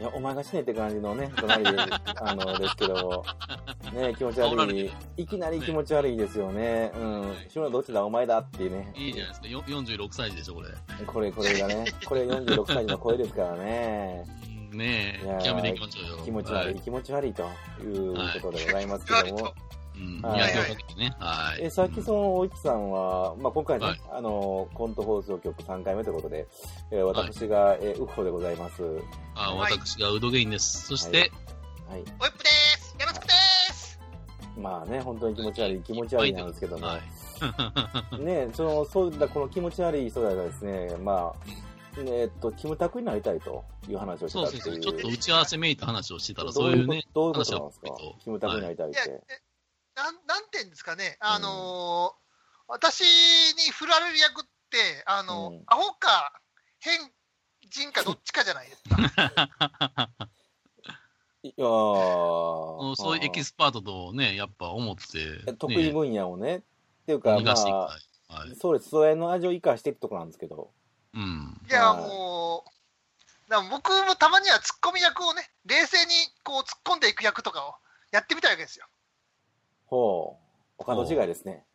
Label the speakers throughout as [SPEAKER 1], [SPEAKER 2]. [SPEAKER 1] いや、お前が死ねって感じのね、隣で、あの、ですけども、ね、気持ち悪い、いきなり気持ち悪いですよね。うん。死ぬのどっちだ、お前だっていうね。
[SPEAKER 2] いいじゃないですか。よ46歳児でしょ、これ。
[SPEAKER 1] これ、これが ね、これ46歳の声ですからね。
[SPEAKER 2] ね
[SPEAKER 1] いや
[SPEAKER 2] え
[SPEAKER 1] ー、
[SPEAKER 2] 極めていきましょうよ。
[SPEAKER 1] 気持ち悪、
[SPEAKER 2] はいい。
[SPEAKER 1] 気持ち悪いということでございますけども。
[SPEAKER 2] うん。
[SPEAKER 1] はい
[SPEAKER 2] いや、そうですね。はい。
[SPEAKER 1] え、さっきその、おいちさんは、まあ、今回ね、
[SPEAKER 2] はい
[SPEAKER 1] あの、コント放送局3回目ということで、えー私が、えー、ウッホでございます。は
[SPEAKER 2] あ
[SPEAKER 3] はい
[SPEAKER 2] 私がウドゲインです。そして、
[SPEAKER 1] い。
[SPEAKER 3] ホイップですよろしくです
[SPEAKER 1] まあね、本当に気持ち悪い、気持ち悪いなんですけども。
[SPEAKER 2] はい。
[SPEAKER 1] ね、その、そうだ、この気持ち悪い人がですね、まあ、ねえっと、キムタクになりたいという話をし
[SPEAKER 2] そう
[SPEAKER 1] た
[SPEAKER 2] で
[SPEAKER 1] っ
[SPEAKER 2] す
[SPEAKER 1] て
[SPEAKER 2] ね
[SPEAKER 1] い。
[SPEAKER 2] そうう。ちょっと打ち合わせめいた話をしてたら、
[SPEAKER 1] ど
[SPEAKER 2] そうい うね、
[SPEAKER 1] どういうことなんですか
[SPEAKER 2] 話を聞くと
[SPEAKER 1] キムタクになりたい
[SPEAKER 3] い
[SPEAKER 1] っ
[SPEAKER 3] や、
[SPEAKER 1] て。
[SPEAKER 3] えなん、なんていうんですかね、あのー私に振られる役って、あのー
[SPEAKER 1] うん
[SPEAKER 3] アホか変人 かどっちかじゃないですか。
[SPEAKER 1] いやー
[SPEAKER 2] そういうエキスパートとね、やっぱ思って、ね、
[SPEAKER 1] 得意分野をね、っていうか、
[SPEAKER 2] 逃
[SPEAKER 1] ま
[SPEAKER 2] がしていき
[SPEAKER 1] あ、
[SPEAKER 2] たい。はい。
[SPEAKER 1] そうです。それの味を生かしていくとこなんですけど。
[SPEAKER 2] うん。
[SPEAKER 3] いや、
[SPEAKER 1] はい
[SPEAKER 3] もう、だから僕もたまにはツッコミ役をね、冷静にこう突っ込んでいく役とかをやってみたいわけですよ。
[SPEAKER 1] ほう。お門違いですね。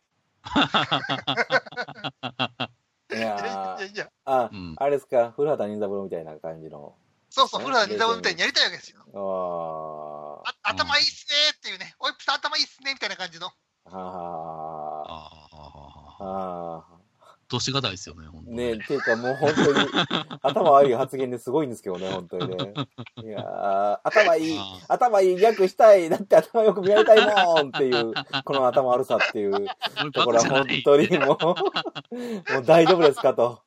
[SPEAKER 1] い
[SPEAKER 3] いや
[SPEAKER 1] や
[SPEAKER 3] いや
[SPEAKER 1] ー
[SPEAKER 3] いや、
[SPEAKER 1] あ
[SPEAKER 2] う、ん
[SPEAKER 1] あれですか、古畑任三郎みたいな感じの。
[SPEAKER 3] そうそう、古田仁三みたいにやりたいわけですよ。
[SPEAKER 1] ああ。
[SPEAKER 3] あ頭いいっすねーっていうね、ホイップさん頭いいっすねみたいな感じの。
[SPEAKER 1] はあ。
[SPEAKER 2] ああ、
[SPEAKER 1] ああ。
[SPEAKER 2] 年がたいですよね、本当に。
[SPEAKER 1] ねえ、っていうかもう本当 に、頭悪い発言ですごいんですけどね、本当にね。いやー頭いい
[SPEAKER 2] あ、
[SPEAKER 1] 頭いい逆したい、だって頭よく見られたいもんっていう、この頭悪さっていう
[SPEAKER 2] これ
[SPEAKER 1] ところ
[SPEAKER 2] バカ
[SPEAKER 1] は
[SPEAKER 2] じゃな
[SPEAKER 1] 本
[SPEAKER 2] い
[SPEAKER 1] 当にも う、もう大丈夫ですかと。
[SPEAKER 2] うん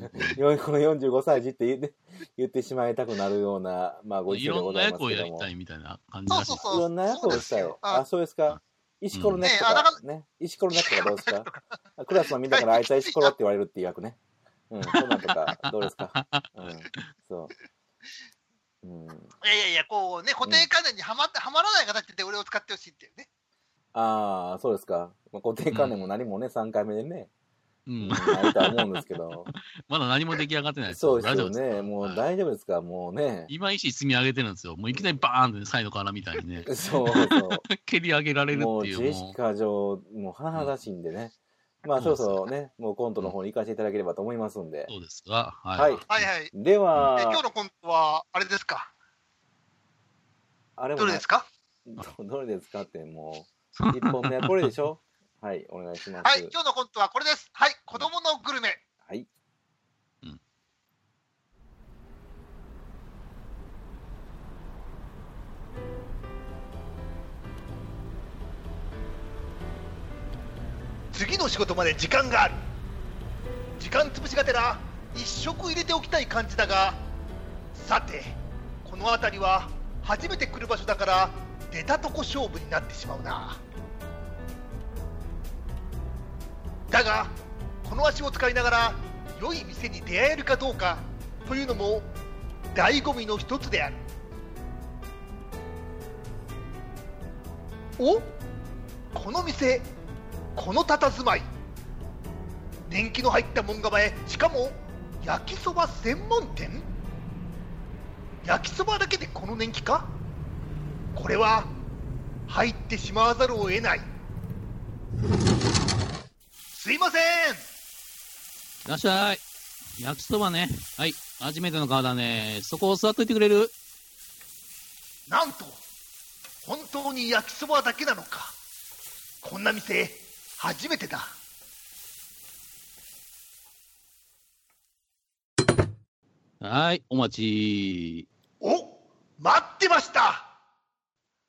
[SPEAKER 1] よこの45歳児って言って言ってしまいたくなるような、まあ、ご
[SPEAKER 2] い
[SPEAKER 1] 一緒で
[SPEAKER 2] ろ
[SPEAKER 1] ご
[SPEAKER 2] んな
[SPEAKER 1] ざいま
[SPEAKER 2] 役
[SPEAKER 1] す
[SPEAKER 2] を
[SPEAKER 1] け
[SPEAKER 2] や
[SPEAKER 1] ど
[SPEAKER 2] り
[SPEAKER 1] も。
[SPEAKER 2] た
[SPEAKER 1] い
[SPEAKER 2] いみたいな感じ
[SPEAKER 3] そ
[SPEAKER 2] ら
[SPEAKER 3] う
[SPEAKER 2] し
[SPEAKER 3] そ。
[SPEAKER 2] い う
[SPEAKER 3] そう。
[SPEAKER 1] ろんな役をし
[SPEAKER 3] そ
[SPEAKER 1] たい
[SPEAKER 3] うですよ。あ
[SPEAKER 1] あ、そうですか。石ころの役と
[SPEAKER 3] ねえあだ
[SPEAKER 1] か
[SPEAKER 3] か、
[SPEAKER 1] ね。石ころの役とかどうです かあクラスのみんなからあいつは石ころって言われるっていう役ね。うん、そんなんとか、どうですか。うん、そう。うん。
[SPEAKER 3] いやいやいや、こうね、固定観念にはまって、はまらない形で俺を使ってほしいっていうね。
[SPEAKER 1] ああ、そうですか。まあ、固定観念も何もね、3回目でね、う
[SPEAKER 2] う
[SPEAKER 1] ん
[SPEAKER 2] ん、
[SPEAKER 1] ないとは思うんですけど。
[SPEAKER 2] まだ何も出来上がってないです
[SPEAKER 1] そうです
[SPEAKER 2] 大丈
[SPEAKER 1] よ
[SPEAKER 2] 夫です
[SPEAKER 1] ね。もう大丈夫ですか、もう ね。
[SPEAKER 2] 今石積み上げてるんですよ。もういきなりバーンって、ね、サイドからみたい にね、
[SPEAKER 1] そうそう。
[SPEAKER 2] 蹴り上げられる
[SPEAKER 1] もう
[SPEAKER 2] って
[SPEAKER 1] ジ
[SPEAKER 2] いう。
[SPEAKER 1] ェシ
[SPEAKER 2] も
[SPEAKER 1] カ上、もう甚だしいんでね。まあ、そろそろね、もうコントの方に行かせていただければと思いますんで
[SPEAKER 2] う。そうですが、はい。
[SPEAKER 1] はい
[SPEAKER 3] はいはい。で
[SPEAKER 1] で
[SPEAKER 3] 今日
[SPEAKER 1] は、
[SPEAKER 3] のコントは、あれですか
[SPEAKER 1] あれも
[SPEAKER 3] どれ
[SPEAKER 1] な
[SPEAKER 3] ですか
[SPEAKER 1] ど どれですかって、もう、一本目はこれでしょはい、お願いします。
[SPEAKER 3] はい、今日のコントはこれです。はい、子供のグルメ。
[SPEAKER 1] はい。
[SPEAKER 3] 次の仕事まで時間がある。時間潰しがてら、一食入れておきたい感じだが、さて、この辺りは初めて来る場所だから、出たとこ勝負になってしまうな。だがこの足を使いながら良い店に出会えるかどうかというのも醍醐味の一つであるおこの店この佇まい年季の入った門構えしかも焼きそば専門店焼きそばだけでこの年季かこれは入ってしまわざるを得ないすいません
[SPEAKER 2] いらっしゃい。焼きそばね。はい。初めての顔だね。そこを座っといてくれる
[SPEAKER 3] なんと本当に焼きそばだけなのかこんな店初めてだ
[SPEAKER 2] はい。お待ち。
[SPEAKER 3] お待ってましたは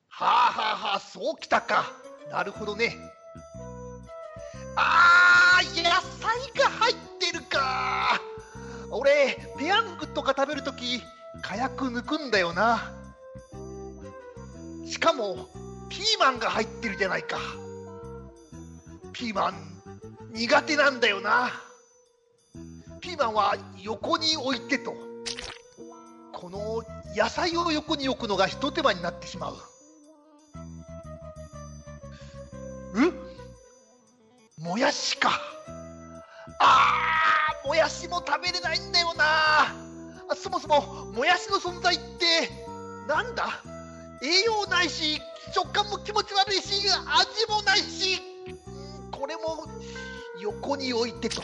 [SPEAKER 3] あはあはあそうきたかなるほどねあー野菜が入ってるか俺ペヤングとか食べるとき火薬抜くんだよなしかもピーマンが入ってるじゃないかピーマン苦手なんだよなピーマンは横に置いてとこの野菜を横に置くのが一手間になってしまうえもやしかあーもやしも食べれないんだよなあそもそももやしの存在ってなんだ栄養ないし食感も気持ち悪いし味もないしうんこれも横に置いてと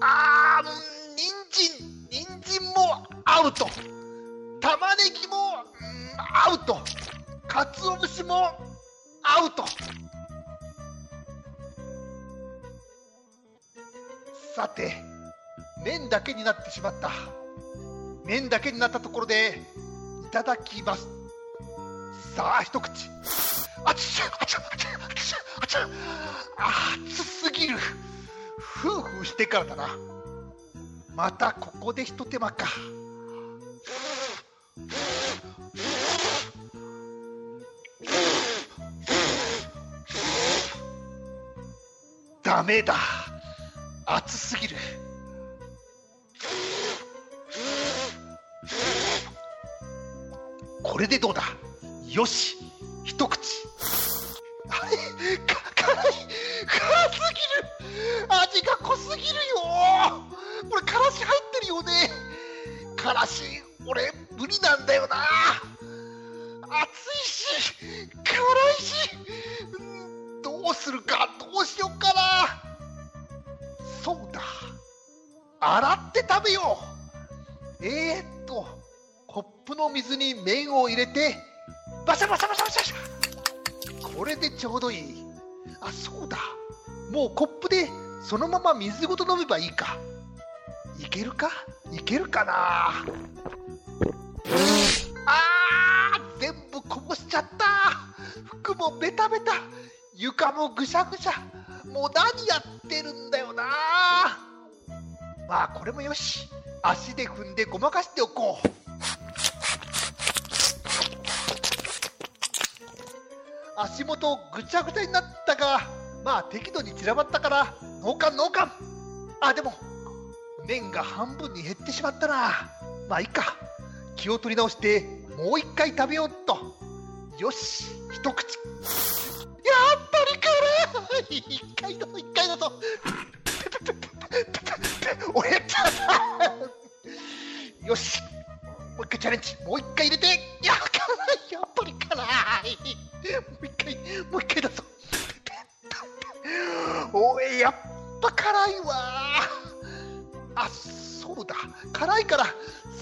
[SPEAKER 3] あーうん人参人参もアウト玉ねぎもうんアウトかつお節もアウトさて麺だけになってしまった麺だけになったところでいただきますさあ一口あちゃあちゃあちゃあちゃあちゃあ熱すぎるふうふうしてからだなまたここでひと手間かダメだ熱すぎるこれでどうだよし一口あれか辛い辛すぎる味が濃すぎるよこれからし入ってるよねからし俺無理なんだよな暑いし辛いしうんどうするかどうしようかなそうだ洗って食べようえー、っとコップの水に麺を入れてバシャバシャバシャバシャバシャこれでちょうどいいあそうだもうコップでそのまま水ごと飲めばいいかいけるかいけるかなあー全部こぼしちゃった服もベタベタ床もぐしゃぐしゃもう何やってるんだよなまあこれもよし足で踏んでごまかしておこう足元ぐちゃぐちゃになったがまあ適度に散らばったから脳幹脳幹あでも麺が半分に減ってしまったなまあいいか気を取り直してもう一回食べようっとよし一口やっぱり辛い 一回だと一回だと おやっちゃった よしもう一回チャレンジもう一回入れていや辛いやっぱり辛いもう一回もう一回だぞおいやっぱ辛いわあそうだ辛いから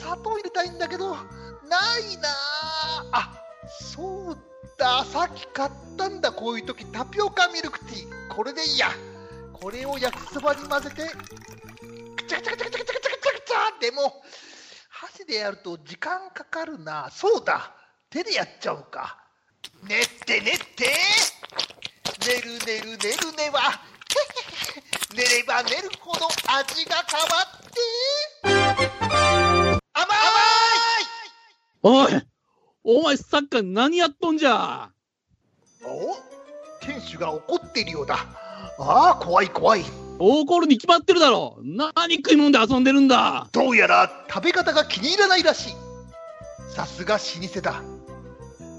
[SPEAKER 3] 砂糖入れたいんだけどないなあそうださっき買ったんだこういう時タピオカミルクティーこれでいいやこれを焼きそばに混ぜてくちゃくちゃくちゃくちゃくちゃくちゃくちゃくちゃでも箸でやると時間かかるなそうだ手でやっちゃうかねってねってねるねるねるねは 寝れば寝るほど味が変わって甘
[SPEAKER 2] おいお前サッカー何やっとんじゃ
[SPEAKER 3] いお店主が怒っているようだああ怖い怖い
[SPEAKER 2] 大コールに決まってるだろ何食いもんで遊んでるんだ
[SPEAKER 3] どうやら食べ方が気に入らないらしいさすが老舗だ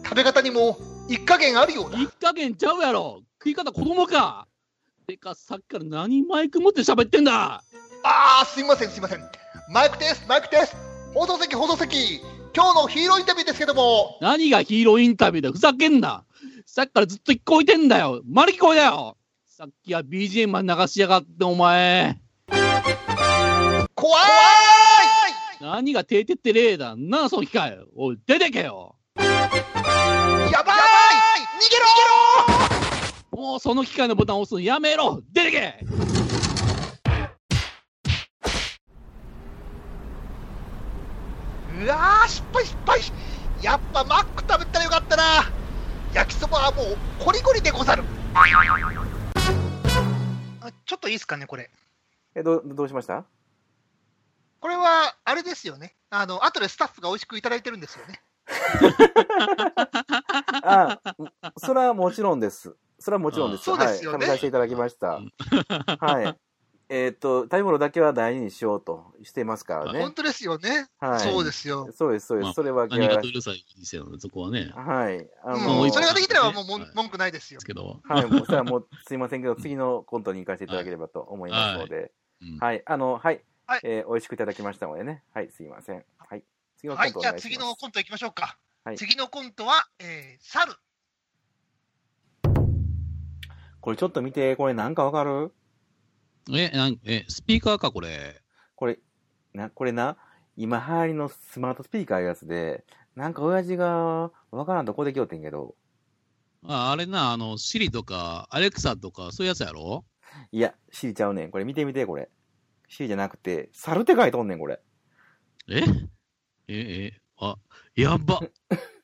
[SPEAKER 3] 食べ方にも一加減あるようだ
[SPEAKER 2] 一加減ちゃうやろ食い方子供かてかさっきから何マイク持って喋ってんだ
[SPEAKER 3] ああすいませんすいませんマイクですマイクです放送席放送席今日のヒーローインタビューですけども
[SPEAKER 2] 何がヒーローインタビューだふざけんなさっきからずっと聞こえてんだよ丸聞こえだよさっきは BGM まで流しやがってお前
[SPEAKER 3] 怖い
[SPEAKER 2] 何がてーてってれーだなあその機会おい出てけよ
[SPEAKER 3] やばい逃げろ
[SPEAKER 2] もうその機械のボタンを押すのやめろ出てけ
[SPEAKER 3] うわー失敗失敗やっぱマック食べたらよかったな焼きそばはもうコリコリでござるあちょっといいですかねこれ
[SPEAKER 1] え、どう、どうし ました
[SPEAKER 3] これはあれですよねあの後でスタッフが美味しくいただいてるんですよね
[SPEAKER 1] あそれはもちろんです。それはもちろんです。
[SPEAKER 3] あーそうですよね
[SPEAKER 1] はい。食べさせていただきました。はい。 えっ、と、食べ物だけは大事にしようとしてますからね
[SPEAKER 3] 本。当ですよね、
[SPEAKER 1] はい。
[SPEAKER 3] そうですよ
[SPEAKER 1] そうです、そうで。
[SPEAKER 2] ますあ
[SPEAKER 1] それは嫌
[SPEAKER 2] 何
[SPEAKER 1] い
[SPEAKER 2] が
[SPEAKER 1] ら
[SPEAKER 2] とうるさい店なのそこはね
[SPEAKER 1] はい。あ
[SPEAKER 3] うん
[SPEAKER 2] もう
[SPEAKER 3] それができたらもうもん
[SPEAKER 2] はい
[SPEAKER 3] 文句ないです
[SPEAKER 2] で
[SPEAKER 3] よ
[SPEAKER 2] す。けど、
[SPEAKER 1] はい、もうそれはもうすいませんけど、次のコントに行かせていただければと思いますので、
[SPEAKER 2] うん
[SPEAKER 1] はい、あの、はい、
[SPEAKER 4] はい
[SPEAKER 1] えー美味しくいただきましたのでね。はい、すいません。はい。次のコ
[SPEAKER 4] は
[SPEAKER 1] ン
[SPEAKER 4] い、
[SPEAKER 1] トお
[SPEAKER 4] じゃあ
[SPEAKER 1] 願いし
[SPEAKER 4] 次
[SPEAKER 1] ます。
[SPEAKER 4] のコント行きましょうか。
[SPEAKER 1] はい
[SPEAKER 4] 次のコントは、えー、猿。
[SPEAKER 1] これちょっと見て、これなんかわかる
[SPEAKER 2] え、なんえ、スピーカーか、これ。
[SPEAKER 1] これ、な、これな、今流行りのスマートスピーカーいうやつで、なんか親父がわからんとこできよってんけど、
[SPEAKER 2] ああれな、あの、シリとか、アレクサとか、そういうやつやろ
[SPEAKER 1] いや、シリちゃうねん。これ見てみて、これ。シリじゃなくて、猿って書いとんねん、これ。
[SPEAKER 2] ええ、え、あ、やば。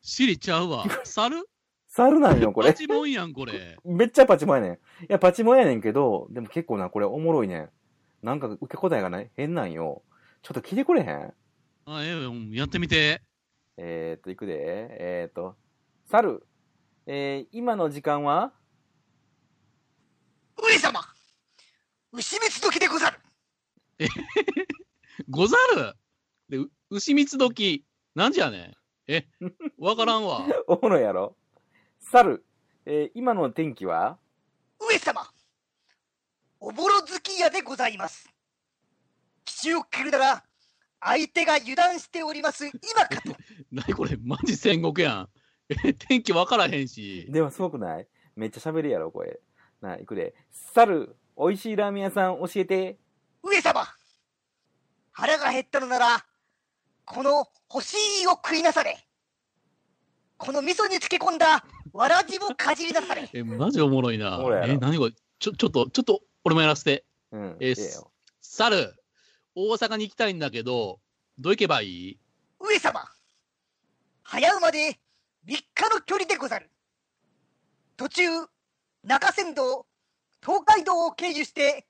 [SPEAKER 2] シリちゃうわ。猿
[SPEAKER 1] 猿なんよ、こ
[SPEAKER 2] パ
[SPEAKER 1] れ。
[SPEAKER 2] チモンやん、これ。
[SPEAKER 1] めっちゃパチモンやねん。いや、パチモンやねんけど、でも結構な、これおもろいねん。なんか受け答えがない変なんよ。ちょっと聞いてくれへん
[SPEAKER 2] あ、ええうんやってみて。
[SPEAKER 1] えー、っと、いくで。えー、っと、猿、えー、今の時間は
[SPEAKER 4] 上様牛蜜時でござる
[SPEAKER 2] ござるで、う牛蜜時、なんじゃねんえ、わから んわ。
[SPEAKER 1] おもろいやろ猿、えー、今の天気は
[SPEAKER 4] 上様おぼろ月夜でございます奇襲を切るなら相手が油断しております今かと
[SPEAKER 2] なにこれ、マジ戦国やん。え、天気わからへんし。
[SPEAKER 1] でもすごくないめっちゃ喋るやろ、これ。なあ、いくで。猿、美味しいラーメン屋さん教えて。
[SPEAKER 4] 上様腹が減ったのならこの干しいを食いなされこの味噌に漬け込んだわらじもかじりなされ
[SPEAKER 2] え、マジおもろいな
[SPEAKER 1] おもろいや。ろ
[SPEAKER 2] え、なにこれ、ちょ、ちょっと、ちょっと、俺もやらせて。
[SPEAKER 1] うん。
[SPEAKER 2] えー
[SPEAKER 1] ええよ
[SPEAKER 2] 猿、大阪に行きたいんだけど、どう行けばいい
[SPEAKER 4] 上様早馬で3日の距離でござる途中中山道東海道を経由して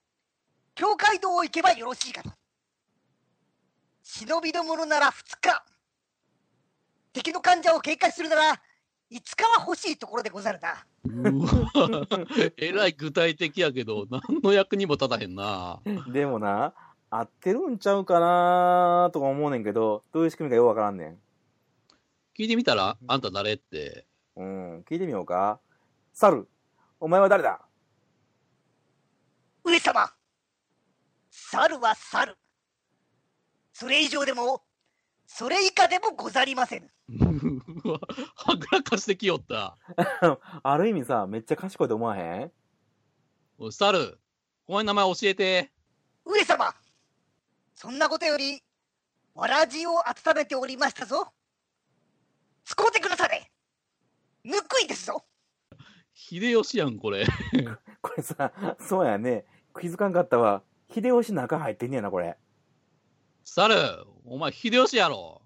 [SPEAKER 4] 境界道を行けばよろしいかと忍びの者なら2日敵の患者を警戒するなら5日は欲しいところでござるな
[SPEAKER 2] うわえらい具体的やけど、何の役にも立たへんな。
[SPEAKER 1] でもな、合ってるんちゃうかなとか思うねんけど、どういう仕組みかようわからんねん。
[SPEAKER 2] 聞いてみたら、あんた誰って。
[SPEAKER 1] うん、聞いてみようか。猿、お前は誰だ
[SPEAKER 4] 上様猿は猿それ以上でもそれ以下でもござりませぬ
[SPEAKER 2] うわ、はぐらかしてきよった。
[SPEAKER 1] ある意味さ、めっちゃ賢いと思わへん
[SPEAKER 2] おい猿、お前の名前教えて。
[SPEAKER 4] 上様そんなことよりわらじを温めておりましたぞ使うてくだされぬくいですぞ
[SPEAKER 2] 秀吉やん、これ。
[SPEAKER 1] これさ、そうやね。気づかんかったわ。秀吉中入ってんねやな、これ。
[SPEAKER 2] 猿、お前秀吉やろ。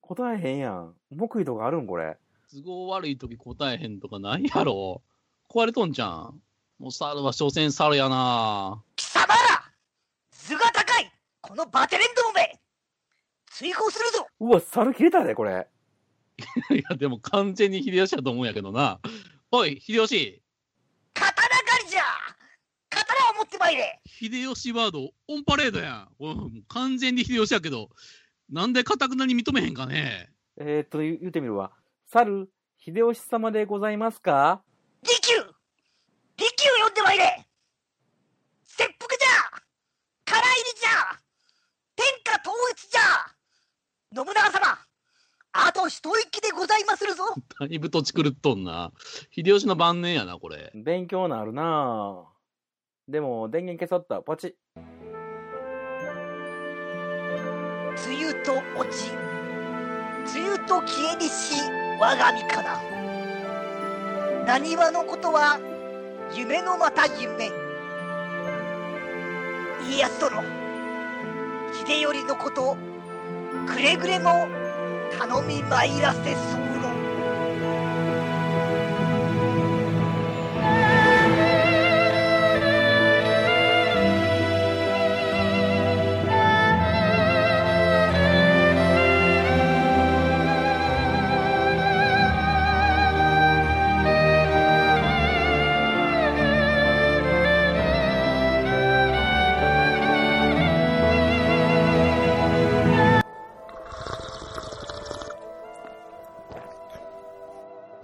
[SPEAKER 1] 答えへんやん。木意とかあるん、これ。
[SPEAKER 2] 都合悪い時答えへんとかないやろ。壊れとんじゃん。もう猿は所詮猿やな。
[SPEAKER 4] 貴様ら図が高いこのバテレンどもめ追放するぞ
[SPEAKER 1] うわ、猿切れたで、これ。
[SPEAKER 2] いや、でも完全に秀吉やと思うんやけどな。おい、秀吉。
[SPEAKER 4] 刀狩りじゃ刀を持ってまいれ
[SPEAKER 2] 秀吉ワード、オンパレードやん。うん、完全に秀吉やけど、なんでかたくなに認めへんかね。
[SPEAKER 1] えー、っと、言言ってみるわ。猿、秀吉様でございますか
[SPEAKER 4] 利休利休呼んでまいれ切腹じゃ唐入りじゃ天下統一じゃ信長様あと一息でございまするぞ
[SPEAKER 2] だいぶ土地狂っとんな。秀吉の晩年やな、これ。
[SPEAKER 1] 勉強なるなぁ。でも、電源消さった。ポチ。
[SPEAKER 4] 梅雨と落ち梅雨と消えにし我が身かな何わのことは夢のまた夢家康殿秀頼のことくれぐれも頼みまいらせ候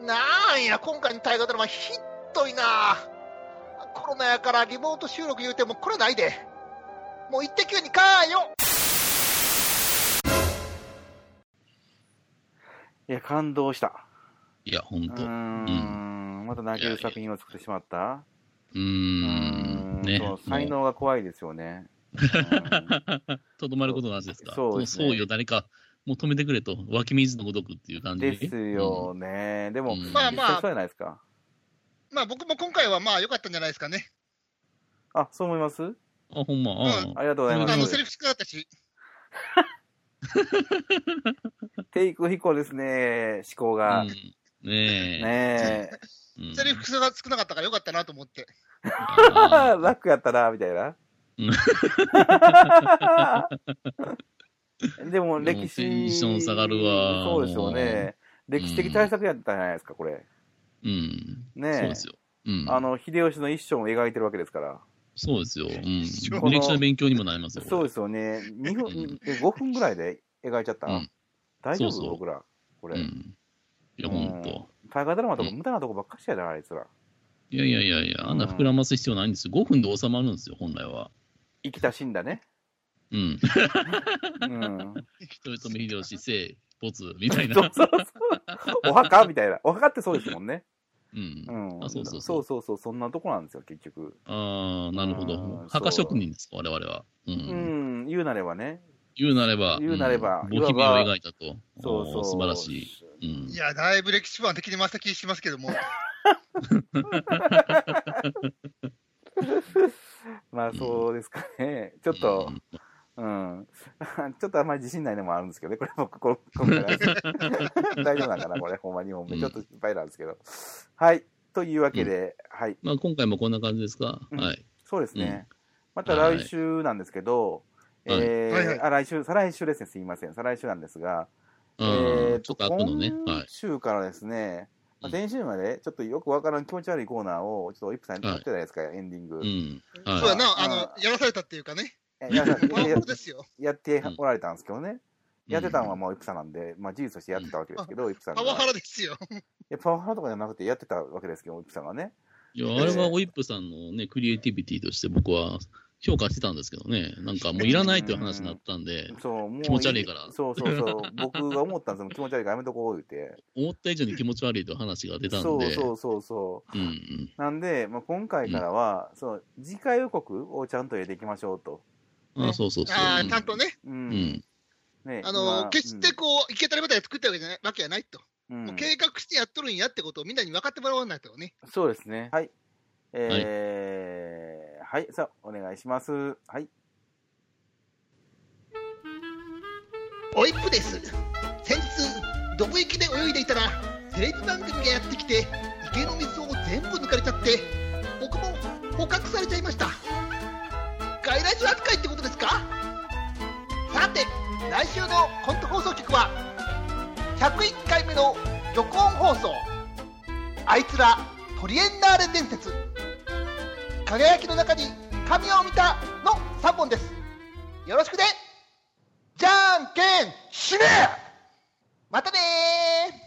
[SPEAKER 3] なんや、今回の大河ドラマ、ひっどいな。こコロナやからリモート収録言うてもこれないでもう一滴にかーよ
[SPEAKER 1] いや、感動した。
[SPEAKER 2] いや、ほん
[SPEAKER 1] う
[SPEAKER 2] と。
[SPEAKER 1] ー、
[SPEAKER 2] うん
[SPEAKER 1] また泣ける作品を作ってしまった。
[SPEAKER 2] ー。
[SPEAKER 1] うん
[SPEAKER 2] ね。
[SPEAKER 1] そ
[SPEAKER 2] も
[SPEAKER 1] う才
[SPEAKER 2] う
[SPEAKER 1] 能が怖いですよね。
[SPEAKER 2] とどまることなんですか。
[SPEAKER 1] そう
[SPEAKER 2] も
[SPEAKER 1] で
[SPEAKER 2] う
[SPEAKER 1] すね
[SPEAKER 2] そうよ、誰か、もう止めてくれと。湧き水のごとくっていう
[SPEAKER 1] う
[SPEAKER 2] 感
[SPEAKER 1] ん
[SPEAKER 2] じ
[SPEAKER 1] ですよね。でも、
[SPEAKER 2] うん
[SPEAKER 3] ま
[SPEAKER 1] まあ
[SPEAKER 3] あ
[SPEAKER 1] まあ、
[SPEAKER 3] ま
[SPEAKER 1] そうじ
[SPEAKER 3] あ
[SPEAKER 1] ゃないですか。
[SPEAKER 3] まあ僕も今回はまあ良かったんじゃないですかね
[SPEAKER 1] あ、そう思います
[SPEAKER 2] うんあ、ほんま。あ
[SPEAKER 1] ありがとうござい
[SPEAKER 2] ん
[SPEAKER 1] ま
[SPEAKER 3] あの
[SPEAKER 1] す
[SPEAKER 3] セ。リフ少なかったし
[SPEAKER 1] テイク飛行ですね、思考が。
[SPEAKER 2] あうん
[SPEAKER 1] ね
[SPEAKER 2] ねえ。
[SPEAKER 1] え。
[SPEAKER 2] うん
[SPEAKER 3] セリフ少な少なかったから良かったなと思って
[SPEAKER 2] あー
[SPEAKER 1] 楽やったな、みたいな
[SPEAKER 2] う。
[SPEAKER 1] でも
[SPEAKER 2] でも
[SPEAKER 1] 歴史。
[SPEAKER 2] テンション下がるわ
[SPEAKER 1] そうですよね。歴史的対策やったじゃないですか、これ。
[SPEAKER 2] うん。
[SPEAKER 1] ねえ
[SPEAKER 2] そうですよ。うん。
[SPEAKER 1] あの、秀吉の一生を描いてるわけですから。
[SPEAKER 2] そうですよ。うん。
[SPEAKER 3] 一緒
[SPEAKER 2] 履歴史の勉強にもなりますよ。
[SPEAKER 1] そう
[SPEAKER 2] これ
[SPEAKER 1] ですよね。2
[SPEAKER 2] う
[SPEAKER 1] 分
[SPEAKER 2] ん、
[SPEAKER 1] え5分ぐらいで描いちゃった
[SPEAKER 2] うん
[SPEAKER 1] 大丈
[SPEAKER 2] そう
[SPEAKER 1] 夫
[SPEAKER 2] そう
[SPEAKER 1] 僕ら。こ
[SPEAKER 2] う
[SPEAKER 1] れ。
[SPEAKER 2] ん。いや、ほんと。
[SPEAKER 1] 大河ドラマとか
[SPEAKER 2] うん
[SPEAKER 1] 無駄なとこばっかしやな、あいつら。
[SPEAKER 2] いやいやいやいや、あんな膨らます必要ないんですよ。5分で収まるんですよ、本来は。
[SPEAKER 1] 生きた死んだね。
[SPEAKER 2] うん。
[SPEAKER 1] うん。
[SPEAKER 2] 豊臣秀吉、生、没、みたい
[SPEAKER 1] そう
[SPEAKER 2] な。
[SPEAKER 1] そうそう。お墓みたいな。お墓ってそうですもんね。
[SPEAKER 2] うん
[SPEAKER 1] う。ん。
[SPEAKER 2] あそうそ
[SPEAKER 1] そ
[SPEAKER 2] うそう
[SPEAKER 1] うそうそうそんなとこなんですよ、結局。
[SPEAKER 2] ああ、なるほ
[SPEAKER 1] うん
[SPEAKER 2] ど。墓職人ですか、我々は。う。
[SPEAKER 1] うんん、言うなればね。
[SPEAKER 2] 言うなれば、
[SPEAKER 1] 言うなれば
[SPEAKER 2] ん
[SPEAKER 1] い
[SPEAKER 2] ボ
[SPEAKER 1] わば
[SPEAKER 2] ヒミアを描いたと。
[SPEAKER 1] そうそ
[SPEAKER 2] お
[SPEAKER 1] う。
[SPEAKER 2] ー素晴らし
[SPEAKER 1] い。
[SPEAKER 2] い。うん
[SPEAKER 3] い。やだいぶ歴史版的にマセキしてますけども
[SPEAKER 1] まあ、そうですかね。ちょっと、うん。 ちょっとあんまり自信ないのもあるんですけどね。これ僕、こ今 回は大丈夫なんかなこれ、ほんまに本目。ちょっと失敗なんですけど。はい。というわけで、はい。
[SPEAKER 2] まあ、今回もこんな感じですか。
[SPEAKER 1] うん
[SPEAKER 2] はい。
[SPEAKER 1] そうですね。また
[SPEAKER 2] はい
[SPEAKER 1] 来週なんですけど、
[SPEAKER 2] はい
[SPEAKER 1] えー
[SPEAKER 3] はいはい
[SPEAKER 1] あ、来週、再来週ですね。すいません。再来週なんですが、
[SPEAKER 2] う
[SPEAKER 1] えー
[SPEAKER 2] ん。ちょっと開くのね。は
[SPEAKER 1] 今
[SPEAKER 2] い。
[SPEAKER 1] 週からですね、まあ、
[SPEAKER 2] うん
[SPEAKER 1] 先週まで、ちょっとよくわからん気持ち悪いコーナーを、ちょっとイップさんに撮ってたじゃないですか、エンディング。
[SPEAKER 2] うん。
[SPEAKER 3] そう
[SPEAKER 2] は
[SPEAKER 3] やなあの
[SPEAKER 1] う
[SPEAKER 3] やらされたっていうかね
[SPEAKER 1] えや や
[SPEAKER 3] ワンオですよ
[SPEAKER 1] やっておられたんですけどね。
[SPEAKER 2] い。
[SPEAKER 1] やってたのはもうイップさんなんで、まあ事実としてやってたわけですけど、イップさんが。
[SPEAKER 3] パワハラですよ
[SPEAKER 1] いや、パワハラとかじゃなくてやってたわけですけど、イップさんがね。
[SPEAKER 2] いや、あれはオイップさんのね、クリエイティビティとして僕は評価してたんですけどね、なんかもういらないという話になったん で、
[SPEAKER 1] そう、もう。
[SPEAKER 2] 気持ち悪いから
[SPEAKER 1] そうそう そう。僕が思ったんですよ。気持ち悪いからやめとこう言って。
[SPEAKER 2] 思った以上に気持ち悪いという話が出たん
[SPEAKER 1] そう
[SPEAKER 2] で、
[SPEAKER 1] そうそうそう。
[SPEAKER 2] うんうん
[SPEAKER 1] なんで、まあ、今回からは、そう、次回予告をちゃんと入れていきましょうと。
[SPEAKER 2] あそうそうそう。
[SPEAKER 3] あ
[SPEAKER 2] う
[SPEAKER 3] ー
[SPEAKER 2] ん
[SPEAKER 3] ちゃんとね
[SPEAKER 1] うん。
[SPEAKER 2] うん
[SPEAKER 1] ね
[SPEAKER 3] あ
[SPEAKER 1] ま
[SPEAKER 3] の決してこう、いけたりばたり作ったわけじゃないわけやないと、
[SPEAKER 1] うん
[SPEAKER 3] も
[SPEAKER 1] う
[SPEAKER 3] うん計画してやっとるんやってことをみんなに分かってもらわないとね、
[SPEAKER 1] そうですね。はい。えー、はい。さあ、お願いします。はい。
[SPEAKER 3] おいっぷです、先日、どぶ池で泳いでいたら、テレビ番組がやってきて、池の水を全部抜かれちゃって、僕も捕獲されちゃいました。外来種扱いってことですかさて、来週のコント放送局は、101回目の玉音放送、あいつらトリエンナーレ伝説、輝きの中に神を見たの3本です。よろしくねじゃんけんしねまたねー